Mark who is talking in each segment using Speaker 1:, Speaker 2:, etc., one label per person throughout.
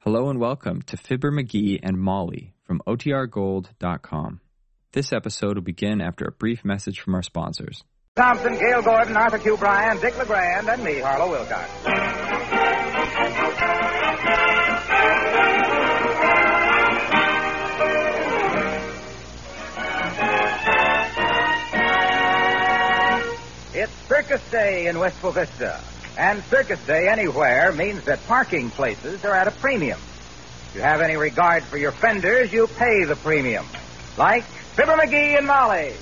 Speaker 1: Hello and welcome to Fibber McGee and Molly from OTRGold.com. This episode will begin after a brief message from our sponsors.
Speaker 2: Thompson, Gail Gordon, Arthur Q. Bryan, Dick LeGrand, and me, Harlow Wilcox. It's Circus Day in West Vista, and Circus Day anywhere means that parking places are at a premium. If you have any regard for your fenders, you pay the premium. Like Fibber McGee and Molly.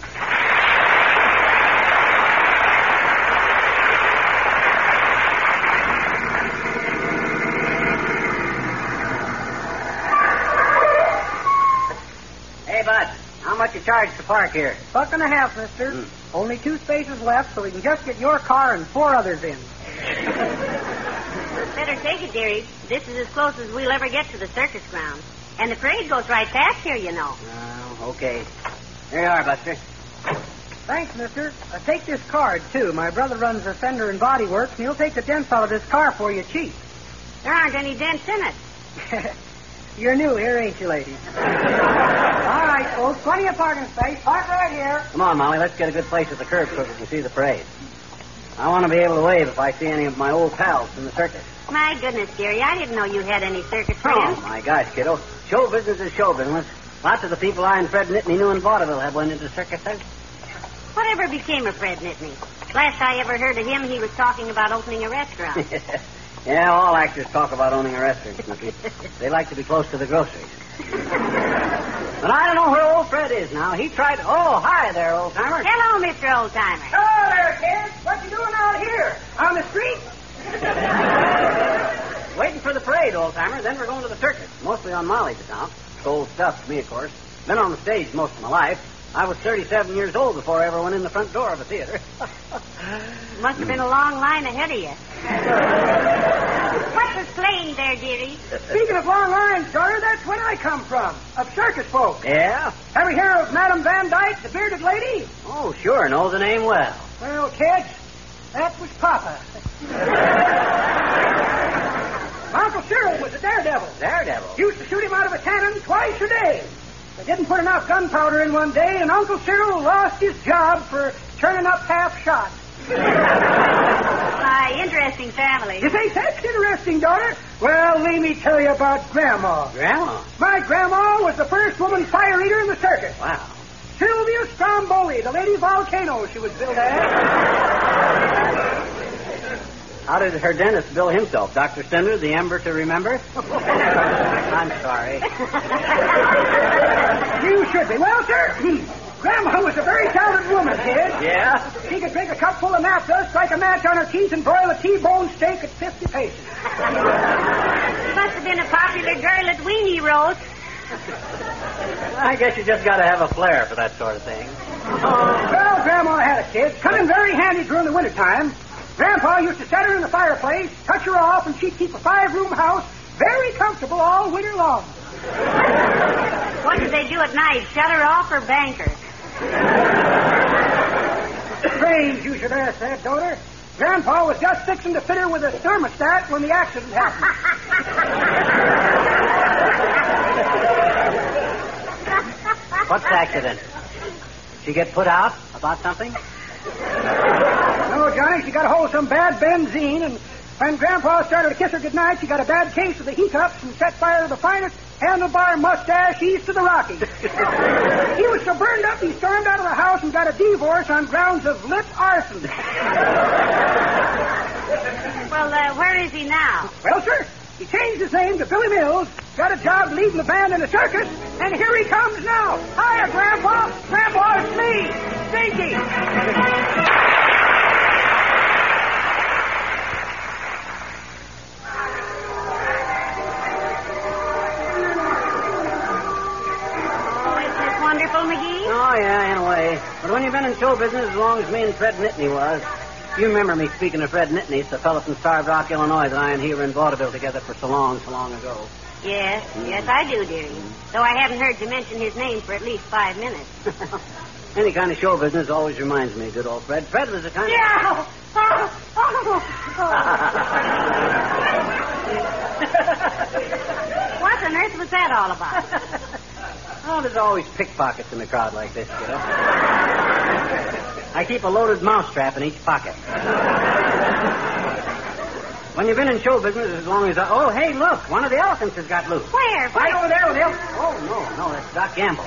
Speaker 3: Hey, Bud, how much you charge to park here? Hmm.
Speaker 4: Buck and a half, mister. Only two spaces left, so we can just get your car and four others in.
Speaker 5: Better take it, dearie. This is as close as we'll ever get to the circus ground. And the parade goes right past here, you know.
Speaker 3: Oh, okay. There you are, Buster.
Speaker 4: Thanks, mister. Uh, take this card, too. My brother runs a fender and body works, and he'll take the dents out of this car for you cheap.
Speaker 5: There aren't any dents in it.
Speaker 4: You're new here, ain't you, ladies? All right, folks. Plenty of parking space. Park right here.
Speaker 3: Come on, Molly, let's get a good place at the curb so we can see the parade. I want to be able to wave if I see any of my old pals from the circus.
Speaker 5: My goodness, dearie, I didn't know you had any circus friends.
Speaker 3: Oh, my gosh, kiddo. Show business is show business. Lots of the people I and Fred Nittany knew in vaudeville have went into circuses.
Speaker 5: Whatever became of Fred Nittany? Last I ever heard of him, he was talking about opening a restaurant.
Speaker 3: yeah, all actors talk about owning a restaurant, Snooky. they like to be close to the groceries. but I don't know where old Fred is now. He tried. Oh, hi there, old timer.
Speaker 5: Hello, Mr. Oldtimer.
Speaker 4: Hello there, kids. What you doing out here? On the street?
Speaker 3: Waiting for the parade, old timer. Then we're going to the circus, mostly on Molly's account. It's old stuff to me, of course. Been on the stage most of my life. I was 37 years old before I ever went in the front door of a theater.
Speaker 5: Must have been a long line ahead of you. what was playing there, dearie?
Speaker 4: Speaking of long lines, daughter, that's where I come from. Of circus folk.
Speaker 3: yeah?
Speaker 4: Ever hear of Madame Van Dyke, the bearded lady?
Speaker 3: Oh, sure. Know the name well.
Speaker 4: Well, kids, that was Papa. Uncle Cyril was a daredevil.
Speaker 3: Daredevil.
Speaker 4: Used to shoot him out of a cannon twice a day. They didn't put enough gunpowder in one day, and Uncle Cyril lost his job for turning up half shot.
Speaker 5: My interesting family.
Speaker 4: You think that's interesting, daughter? Well, let me tell you about Grandma.
Speaker 3: Grandma.
Speaker 4: My grandma was the first woman fire eater in the circus.
Speaker 3: Wow.
Speaker 4: Sylvia Stromboli, the lady volcano she was billed as.
Speaker 3: How did her dentist bill himself? Dr. Stender, the Ember to remember? I'm sorry.
Speaker 4: You should be. Well, sir, hmm. Grandma was a very talented woman, kid.
Speaker 3: Yeah?
Speaker 4: She could drink a cup full of nap dust, strike a match on her teeth, and broil a T-bone steak at 50 paces.
Speaker 5: Must have been a popular girl at Weenie Roast.
Speaker 3: I guess you just got to have a flair for that sort of thing.
Speaker 4: Well, Grandma had a kid. Come in very handy during the wintertime. Grandpa used to set her in the fireplace, touch her off, and she'd keep a five-room house very comfortable all winter long.
Speaker 5: What did they do at night? Shut her off or bank her?
Speaker 4: Strange you should ask that, daughter. Grandpa was just fixing to fit her with a thermostat when the accident happened.
Speaker 3: What's the accident? She get put out about something?
Speaker 4: No, Johnny, she got a hold of some bad benzene, and when Grandpa started to kiss her goodnight, she got a bad case of the hiccups and set fire to the finest handlebar mustache east of the Rockies. he was so burned up, he stormed out of the house and got a divorce on grounds of lit arson.
Speaker 5: Well, uh, where is he now?
Speaker 4: Well, sir, he changed his name to Billy Mills, got a job leading the band in the circus, and here he comes now. Hiya, Grandpa. Grandpa, it's me, Stinky.
Speaker 5: Oh, isn't this wonderful, McGee?
Speaker 3: Oh, yeah, in a way. But when you've been in show business as long as me and Fred Nittany was, you remember me speaking of Fred Nittany, it's the fellow from Starved Rock, Illinois, that I and he were in vaudeville together for so long, so long ago.
Speaker 5: Yes, yes, I do, dearie. Though I haven't heard you mention his name for at least five minutes.
Speaker 3: Any kind of show business always reminds me of good old Fred. Fred was the kind of...
Speaker 5: Yeah. Oh, oh, oh. all about?
Speaker 3: oh, there's always pickpockets in a crowd like this, you know. I keep a loaded mousetrap in each pocket. When you've been in show business as long as I... Oh, hey, look, one of the elephants has got loose.
Speaker 5: Where? Where?
Speaker 3: Right over there with him. Oh, no, no, that's Doc Gamble.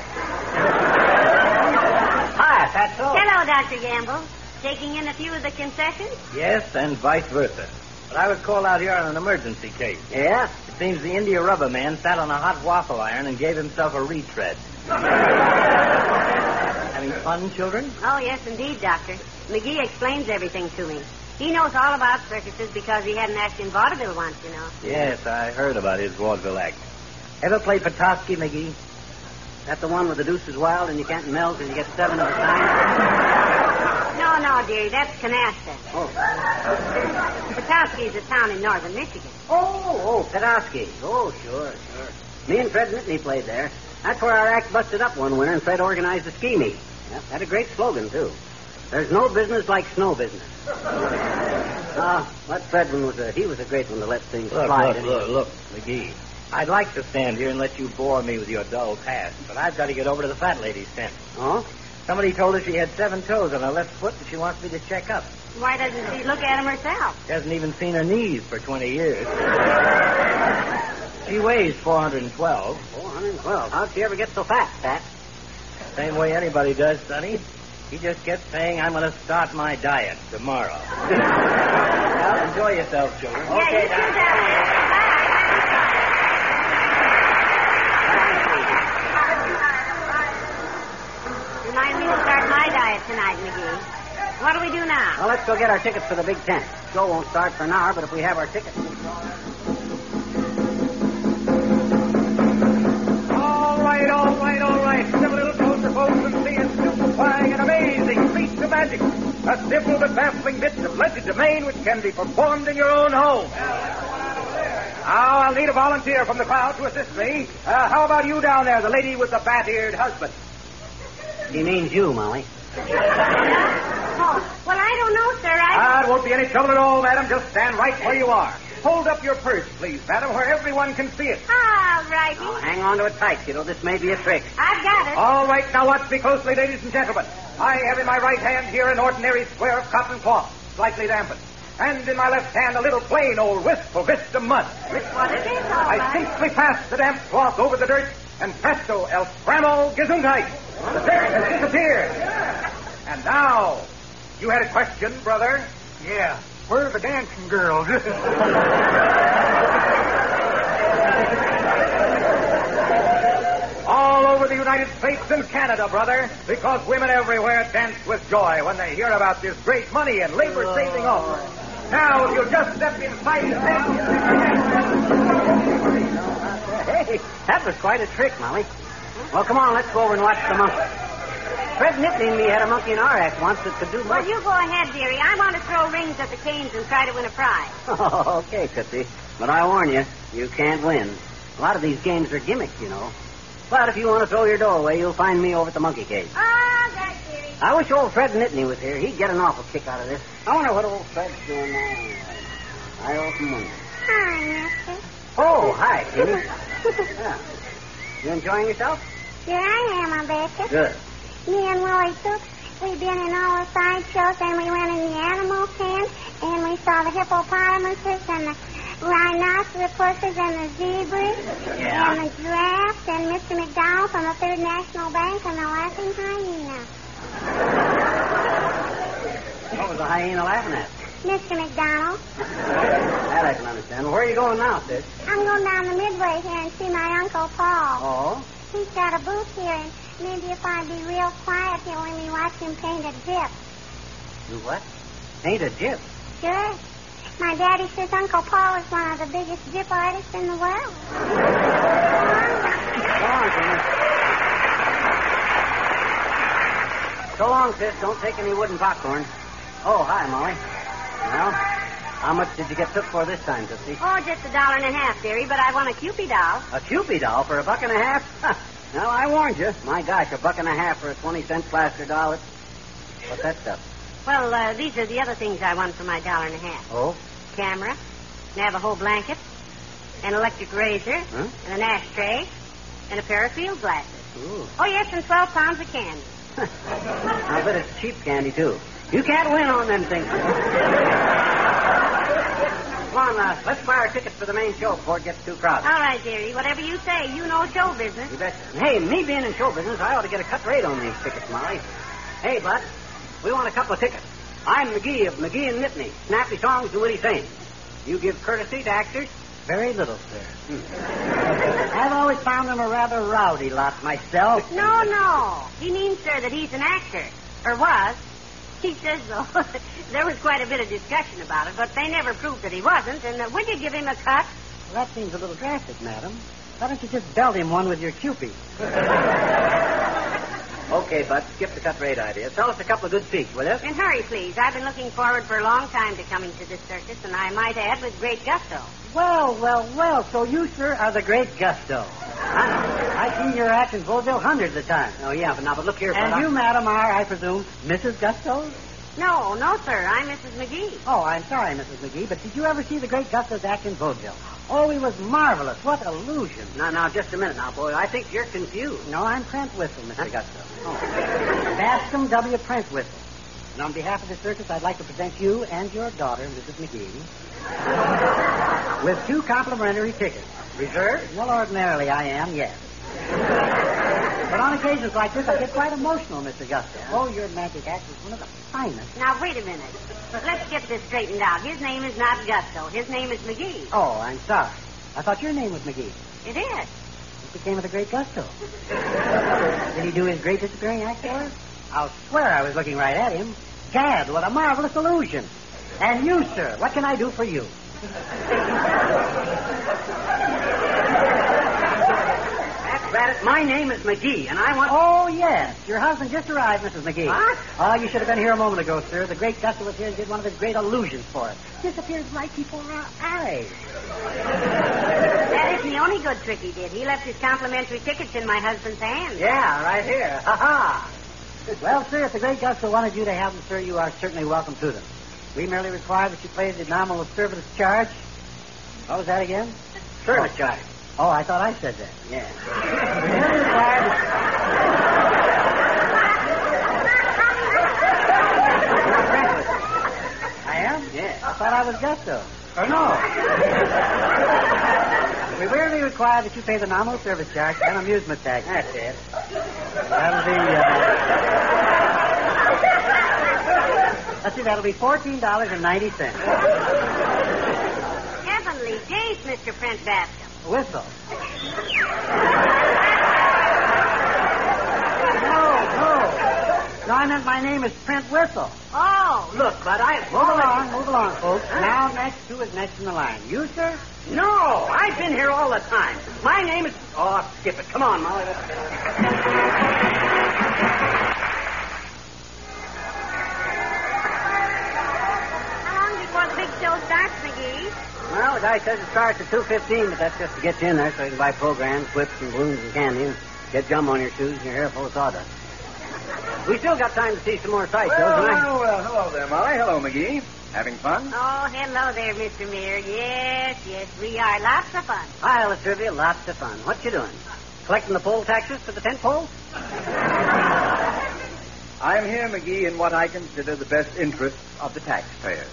Speaker 3: Hi, that's all.
Speaker 5: Hello, Dr. Gamble. Taking in a few of the concessions?
Speaker 2: Yes, and vice versa. But I was called out here on an emergency case.
Speaker 3: Yeah?
Speaker 2: It seems the India rubber man sat on a hot waffle iron and gave himself a retread. Having fun, children?
Speaker 5: Oh, yes, indeed, Doctor. McGee explains everything to me. He knows all about circuses because he had an act in vaudeville once, you know.
Speaker 2: Yes, I heard about his vaudeville act. Ever play Petoskey, McGee?
Speaker 3: That's the one where the deuce is wild and you can't melt and you get seven at a time.
Speaker 5: No, no, dearie, that's Canasta.
Speaker 3: Oh.
Speaker 5: Petoskey's a town in northern Michigan.
Speaker 3: Oh, oh, Petoskey. Oh, sure, sure. Me and Fred Mitney played there. That's where our act busted up one winter and Fred organized a ski meet. Yep, had a great slogan, too. There's no business like snow business. Ah, that Fredman was a, he was a great one to let things
Speaker 2: Look,
Speaker 3: slide.
Speaker 2: look,
Speaker 3: didn't he?
Speaker 2: look, look, McGee. I'd like to stand here and let you bore me with your dull past, but I've got to get over to the fat lady's tent.
Speaker 3: Oh?
Speaker 2: Somebody told her she had seven toes on her left foot and she wants me to check up.
Speaker 5: Why doesn't she look at him herself?
Speaker 2: She hasn't even seen her knees for 20 years. she weighs 412,
Speaker 3: 412. How'd she ever get so fat, Pat?
Speaker 2: same way anybody does, Sonny. He just kept saying, I'm going to start my diet tomorrow. well, enjoy yourself, children.
Speaker 5: yeah, you
Speaker 2: okay,
Speaker 5: too,
Speaker 2: now.
Speaker 5: Doctor. Bye. Remind me to start my diet tonight, McGee. What do we do now?
Speaker 3: Well, let's go get our tickets for the big tent. Show won't start for an hour, but if we have our tickets.
Speaker 2: All right, all right, all right. Step a little closer, folks, and see a stupefying and amazing feat of magic. A simple but baffling bit of legend domain which can be performed in your own home. Now, I'll need a volunteer from the crowd to assist me. Uh, how about you down there, the lady with the bat-eared husband?
Speaker 3: He means you, Molly.
Speaker 5: Oh, well, I don't know, sir. I.
Speaker 2: Ah, it won't be any trouble at all, madam. Just stand right where you are. Hold up your purse, please, madam, where everyone can see it.
Speaker 5: All righty.
Speaker 3: Now, hang on to it tight, kiddo. This may be a trick.
Speaker 5: I've got it.
Speaker 2: All right, now watch me closely, ladies and gentlemen. I have in my right hand here an ordinary square of cotton cloth, slightly dampened. And in my left hand, a little plain old wisp of Vista mud.
Speaker 5: Which one it is, all
Speaker 2: I
Speaker 5: right.
Speaker 2: simply pass the damp cloth over the dirt, and presto, el framo gesundheit. The dirt has disappeared. And now, you had a question, brother?
Speaker 4: Yeah. Where are the dancing girls?
Speaker 2: All over the United States and Canada, brother, because women everywhere dance with joy when they hear about this great money and labor saving offer. Now, if you'll just step inside the
Speaker 3: Hey, that was quite a trick, Molly. Well, come on, let's go over and watch the monkey. Fred Nittany and me had a monkey in our act once that could do
Speaker 5: Well,
Speaker 3: monkey.
Speaker 5: you go ahead, dearie. I want to throw rings at the canes and try to win a prize.
Speaker 3: Oh, okay, Tootsie. But I warn you, you can't win. A lot of these games are gimmicks, you know. But if you want to throw your dough away, you'll find me over at the monkey cage.
Speaker 5: All
Speaker 2: Uh,
Speaker 5: right, dearie.
Speaker 3: I wish old Fred Nittany was here. He'd get an awful kick out of this. I wonder what old Fred's doing now. I owe him money.
Speaker 5: Hi, mister.
Speaker 3: Oh, hi, Kitty. yeah. You enjoying yourself?
Speaker 6: Here I am, I betcha.
Speaker 3: Good.
Speaker 6: Me and Willie Fuchs, we've been in all the sideshows, and we went in the animal pen, and we saw the hippopotamuses, and the rhinoceroses, and the zebras,
Speaker 3: Yeah.
Speaker 6: and the giraffes, and Mr. McDowell from the Third National Bank, and the laughing hyena.
Speaker 3: What was the hyena laughing at?
Speaker 6: Mr. McDonald,
Speaker 3: That I can understand. Where are you going now, Sis?
Speaker 6: I'm going down the midway here and see my Uncle Paul.
Speaker 3: Oh?
Speaker 6: He's got a booth here, and maybe if I'd be real quiet, he'll let me watch him paint a dip.
Speaker 3: You what? Ain't a gyp.
Speaker 6: Sure. My daddy says Uncle Paul is one of the biggest dip artists in the world.
Speaker 3: So long, Sis. So long, Sis. Don't take any wooden popcorn. Oh, hi, Molly. Well, how much did you get took for this time, Tootsie?
Speaker 5: Oh, just a dollar and a half, dearie, but I want a Cupid doll.
Speaker 3: A Cupid doll for a buck and a half? Huh. Now, I warned you. My gosh, a buck and a half for a 20 cent plaster doll. It's... What's that stuff?
Speaker 5: Well, uh, these are the other things I want for my dollar and a half.
Speaker 3: Oh?
Speaker 5: Camera, Navajo blanket, an electric razor,
Speaker 3: Huh?
Speaker 5: and an ashtray, and a pair of field glasses.
Speaker 3: Ooh.
Speaker 5: Oh, yes, and 12 pounds of candy.
Speaker 3: I'll bet it's cheap candy, too. You can't win on them things. Come on, Ross. Let's buy our tickets for the main show before it gets too crowded.
Speaker 5: All right, dearie, whatever you say, you know show business.
Speaker 3: You betcha. And Hey, me being in show business, I ought to get a cut rate on these tickets, Molly. Hey, Bud, we want a couple of tickets. I'm McGee of McGee and Nittany. Snappy songs and witty sayings. You give courtesy to actors? Very little, sir. Hmm. I've always found them a rather rowdy lot myself.
Speaker 5: No, no. He means, sir, that he's an actor. Or was. He says, though, there was quite a bit of discussion about it, but they never proved that he wasn't, and uh, would you give him a cut?
Speaker 3: Well, that seems a little drastic, madam. Why don't you just belt him one with your cupid? okay, Bud, skip the cut rate idea. Tell us a couple of good speech, will you?
Speaker 5: And hurry, please. I've been looking forward for a long time to coming to this circus, and I might add with great gusto.
Speaker 3: Well, well, well. So you, sir, are the great gusto. I, I've seen your act in vaudeville hundreds of times. Oh, yeah, but now, but look here. And you, madam, are, I presume, Mrs. Gusto?
Speaker 5: No, no, sir. I'm Mrs. McGee.
Speaker 3: Oh, I'm sorry, Mrs. McGee, but did you ever see the great Gusto's act in vaudeville? Oh, he was marvelous. What illusion. Now, now, just a minute now, boy. I think you're confused. No, I'm Prent Whistle, Mr. Gusto. Oh. Bascom W. Prent Whistle. And on behalf of the circus, I'd like to present you and your daughter, Mrs. McGee, with two complimentary tickets. Reserved? Well, ordinarily I am, yes. but on occasions like this, I get quite emotional, Mr. Gusto. Oh, your magic act is one of the finest.
Speaker 5: Now, wait a minute. Let's get this straightened out. His name is not Gusto. His name is McGee.
Speaker 3: Oh, I'm sorry. I thought your name was McGee.
Speaker 5: It is.
Speaker 3: What became of the great Gusto? Did he do his great disappearing act for us? I'll swear I was looking right at him. Gad, what a marvelous illusion. And you, sir, what can I do for you? That's about it. My name is McGee, and I want. Oh, yes. Your husband just arrived, Mrs. McGee.
Speaker 5: What?
Speaker 3: Oh, you should have been here a moment ago, sir. The great Gusto was here and did one of his great illusions for us. Disappeared right before our eyes.
Speaker 5: That isn't the only good trick he did. He left his complimentary tickets in my husband's hand.
Speaker 3: Yeah, right here. Ha ha. Well, sir, if the great Gusto wanted you to have them, sir, you are certainly welcome to them. We merely require that you pay the nominal service charge. What was that again? Service charge. Oh, I thought I said that. Yeah. We merely require that- I am? Yeah. I thought I was Gusto. Or Oh, no. we merely require that you pay the nominal service charge and amusement tax. That's it. That'll be, uh... Let's see, that'll be $14.90.
Speaker 5: Heavenly days, Mr. Prent Bascom.
Speaker 3: Whistle. No, no. No, I meant my name is Prent Whistle.
Speaker 5: Oh,
Speaker 3: Look, but I... Move along, move along, folks. Now, next, who is next in the line? You, sir? No, I've been here all the time. My name is... Oh, skip it. Come on, Molly.
Speaker 5: how long before the big show starts, McGee?
Speaker 3: Well, the guy says it starts at 2.15, but that's just to get you in there so you can buy programs, whips and balloons and candy and get gum on your shoes and your hair full of sawdust. We still got time to see some more sights,
Speaker 2: Well,
Speaker 3: though, tonight.
Speaker 2: well, well, hello there, Molly. Hello, McGee. Having fun?
Speaker 5: Oh, hello there, Mr. Mayor. Yes, yes, we are. Lots of fun.
Speaker 3: Pile of trivia, lots of fun. What you doing? Collecting the poll taxes for the tent poles?
Speaker 2: I'm here, McGee, in what I consider the best interests of the taxpayers.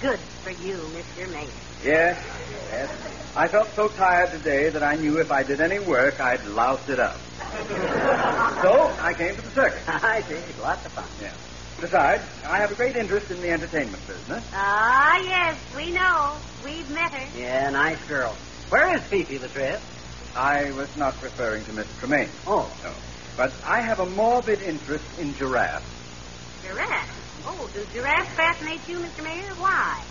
Speaker 5: Good for you, Mr. Mayor.
Speaker 2: Yes, yes. I felt so tired today that I knew if I did any work, I'd louse it up. so I came to the circus.
Speaker 3: I see. Lots of fun.
Speaker 2: Yeah. Besides, I have a great interest in the entertainment business.
Speaker 5: Ah, yes, we know. We've met her.
Speaker 3: Yeah, nice girl. Where is Fifi Latrell?
Speaker 2: I was not referring to Miss Tremaine.
Speaker 3: Oh.
Speaker 2: No. But I have a morbid interest in giraffes.
Speaker 5: Giraffe. Oh, do giraffes fascinate you, Mr. Mayor? Why?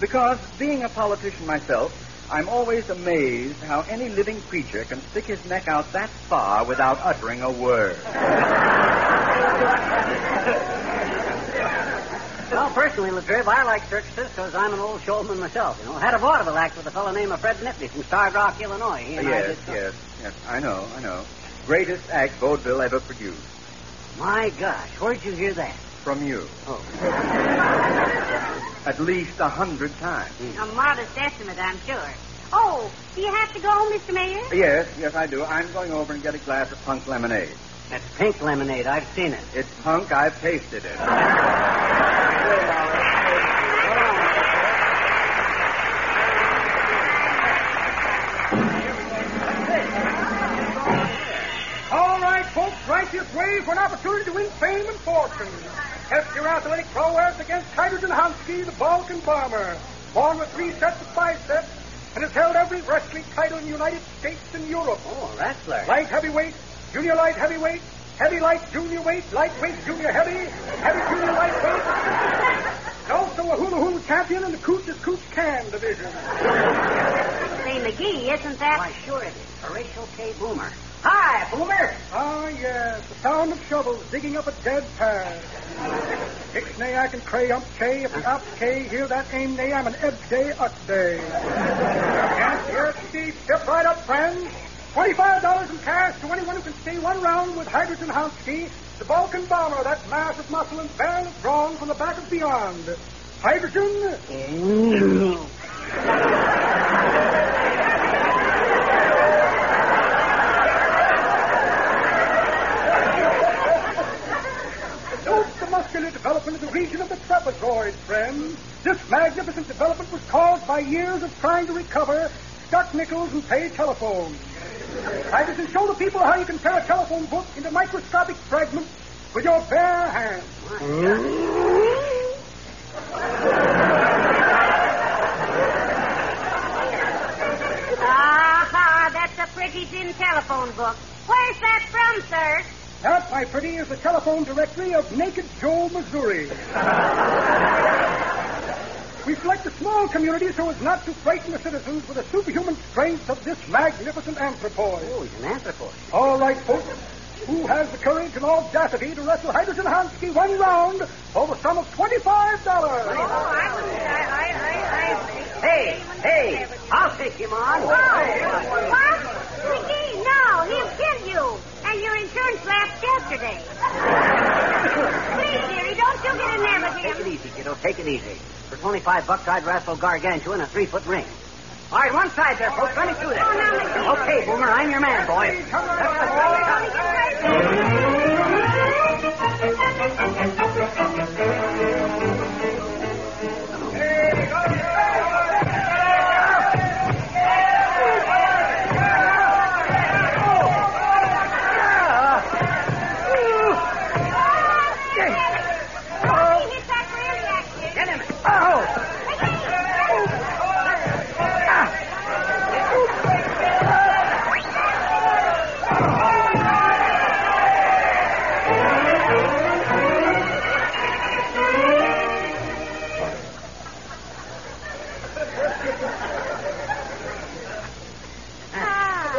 Speaker 2: Because, being a politician myself, I'm always amazed how any living creature can stick his neck out that far without uttering a word.
Speaker 3: Well, personally, Latrell, I like circuses because I'm an old showman myself, you know. Had a vaudeville act with a fellow named Fred Nipley from Starved Rock, Illinois. He and I
Speaker 2: yes,
Speaker 3: did some-
Speaker 2: yes, yes. I know, I know. Greatest act vaudeville ever produced.
Speaker 3: My gosh, where'd you hear that?
Speaker 2: From you.
Speaker 3: Oh.
Speaker 2: At least a hundred times.
Speaker 5: A modest estimate, I'm sure. Oh, do you have to go, Mr. Mayor?
Speaker 2: Yes, yes, I do. I'm going over and get a glass of punk lemonade.
Speaker 3: That's pink lemonade. I've seen it.
Speaker 2: It's punk. I've tasted it.
Speaker 4: All right, folks, righteous way for an opportunity to win fame and fortune. Hefty athletic prowess against Hydrogen Homsky, the Balkan bomber. Born with three sets of biceps and has held every wrestling title in the United States and Europe.
Speaker 3: Oh, wrestler.
Speaker 4: Light heavyweight, junior light heavyweight, heavy light junior weight, lightweight junior heavy, heavy junior lightweight. And also a hula hula champion in the Cooch is Cooch Can division.
Speaker 5: Say, McGee, isn't that?
Speaker 3: Why, sure it is. Horatio K. Boomer. Hi, Boomer.
Speaker 4: Ah, yes, the sound of shovels digging up a dead path. Ixnayak and Cray ump K, if the ump K hear that aim nay, I'm an eb day, up day. yes, yes, Steve, step right up, friends. $25 in cash to anyone who can stay one round with Hydrogen Hounsky, the Balkan bomber, that mass of muscle and barrel of brawn from the back of beyond. Hydrogen, Note the muscular development of the region of the trapezoid, friends. This magnificent development was caused by years of trying to recover stuck nickels and pay telephones. I just show the people how you can tear a telephone book into microscopic fragments with your bare hands.
Speaker 5: Ah, ha, that's a pretty thin telephone book. Where's that from, sir?
Speaker 4: That, my pretty, is the telephone directory of Naked Joe, Missouri. we select a small community so as not to frighten the citizens with the superhuman strength of this magnificent anthropoid.
Speaker 3: Oh, he's an anthropoid.
Speaker 4: All right, folks. Who has the courage and audacity to wrestle Hydrogen Hansky one round for the sum of twenty-five
Speaker 5: Oh,
Speaker 4: dollars?
Speaker 5: I wouldn't. I, I, I, I.
Speaker 3: Hey, hey, I'll take him on.
Speaker 5: Oh, what? McGee, no, he'll kill you. And your insurance lapsed yesterday. Please, dearie, don't you get in there with
Speaker 3: Take it
Speaker 5: him.
Speaker 3: easy, kiddo. Take it easy. For 25 bucks, I'd wrestle Gargantua in a three-foot ring. All right, one side there, folks. Let me through there.
Speaker 5: Oh, now, McGee.
Speaker 3: Okay, Boomer, I'm your man, boy.
Speaker 4: Uh,
Speaker 5: Get him. Ah.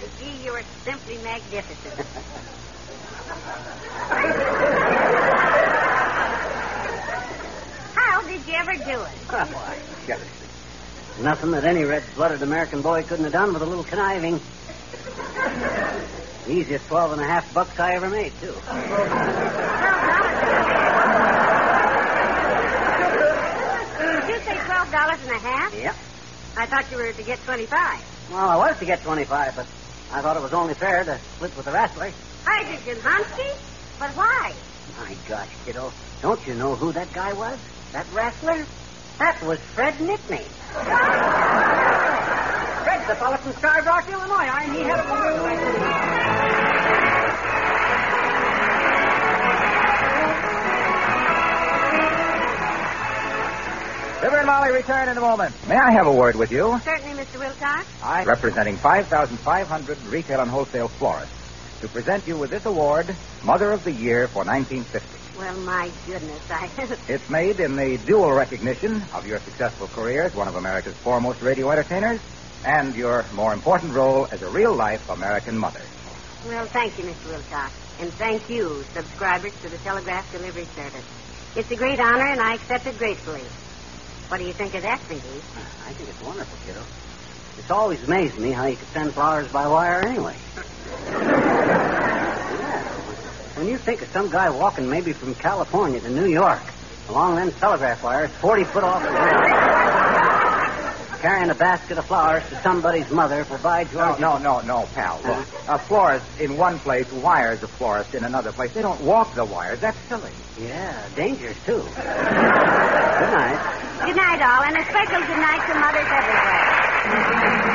Speaker 5: McGee, you are simply magnificent. How did you ever do it?
Speaker 3: Nothing that any red-blooded American boy couldn't have done with a little conniving. Easiest twelve and a half bucks I ever made, too.
Speaker 5: Did you say twelve dollars and a half?
Speaker 3: Yep.
Speaker 5: I thought you were to get twenty-five.
Speaker 3: Well, I was to get 25, but I thought it was only fair to split with the wrestler.
Speaker 5: Hydrogen Hunsky? But why?
Speaker 3: My gosh, kiddo. Don't you know who that guy was? That wrestler? That was Fred Nickney. Fred's the fellow from Starved Rock, Illinois. I he had a bar.
Speaker 2: River and Molly return in a moment. May I have a word with you?
Speaker 5: Certainly, Mr. Wilcox.
Speaker 2: I representing 5,500 retail and wholesale florists to present you with this award, Mother of the Year for 1950.
Speaker 5: Well, my goodness, I.
Speaker 2: It's made in the dual recognition of your successful career as one of America's foremost radio entertainers and your more important role as a real life American mother.
Speaker 5: well, thank you, Mr. Wilcox, and thank you, subscribers to the Telegraph Delivery Service. It's a great honor, and I accept it gratefully. What do you think of that, McGee?
Speaker 3: I think it's wonderful, kiddo. It's always amazed me how you could send flowers by wire anyway. yeah. When you think of some guy walking maybe from California to New York along them telegraph wires 40 foot off the ground. carrying a basket of flowers to somebody's mother provides you
Speaker 7: No, no, no, no, pal. Look, a florist in one place wires a florist in another place. They don't walk the wires. That's silly.
Speaker 3: Yeah, dangers too. Good night.
Speaker 5: Good night, all, and a special good night to mothers everywhere.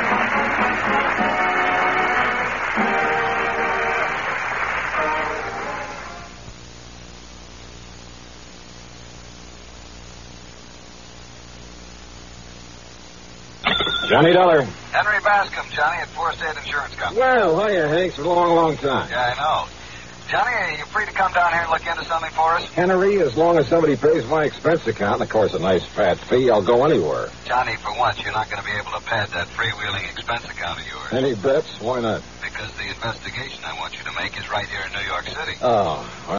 Speaker 8: Johnny Dollar.
Speaker 2: Henry Bascom, Johnny, at Four State Insurance Company.
Speaker 8: Well, hiya, Hanks. Been a long, long time.
Speaker 2: Yeah, I know. Johnny, are you free to come down here and look into something for us?
Speaker 8: Henry, as long as somebody pays my expense account, and of course a nice fat fee, I'll go anywhere.
Speaker 2: Johnny, for once, you're not going to be able to pad that freewheeling expense account of yours
Speaker 8: Any bets? Why not?
Speaker 2: because the investigation I want you to make is right here in New York City.
Speaker 8: Oh,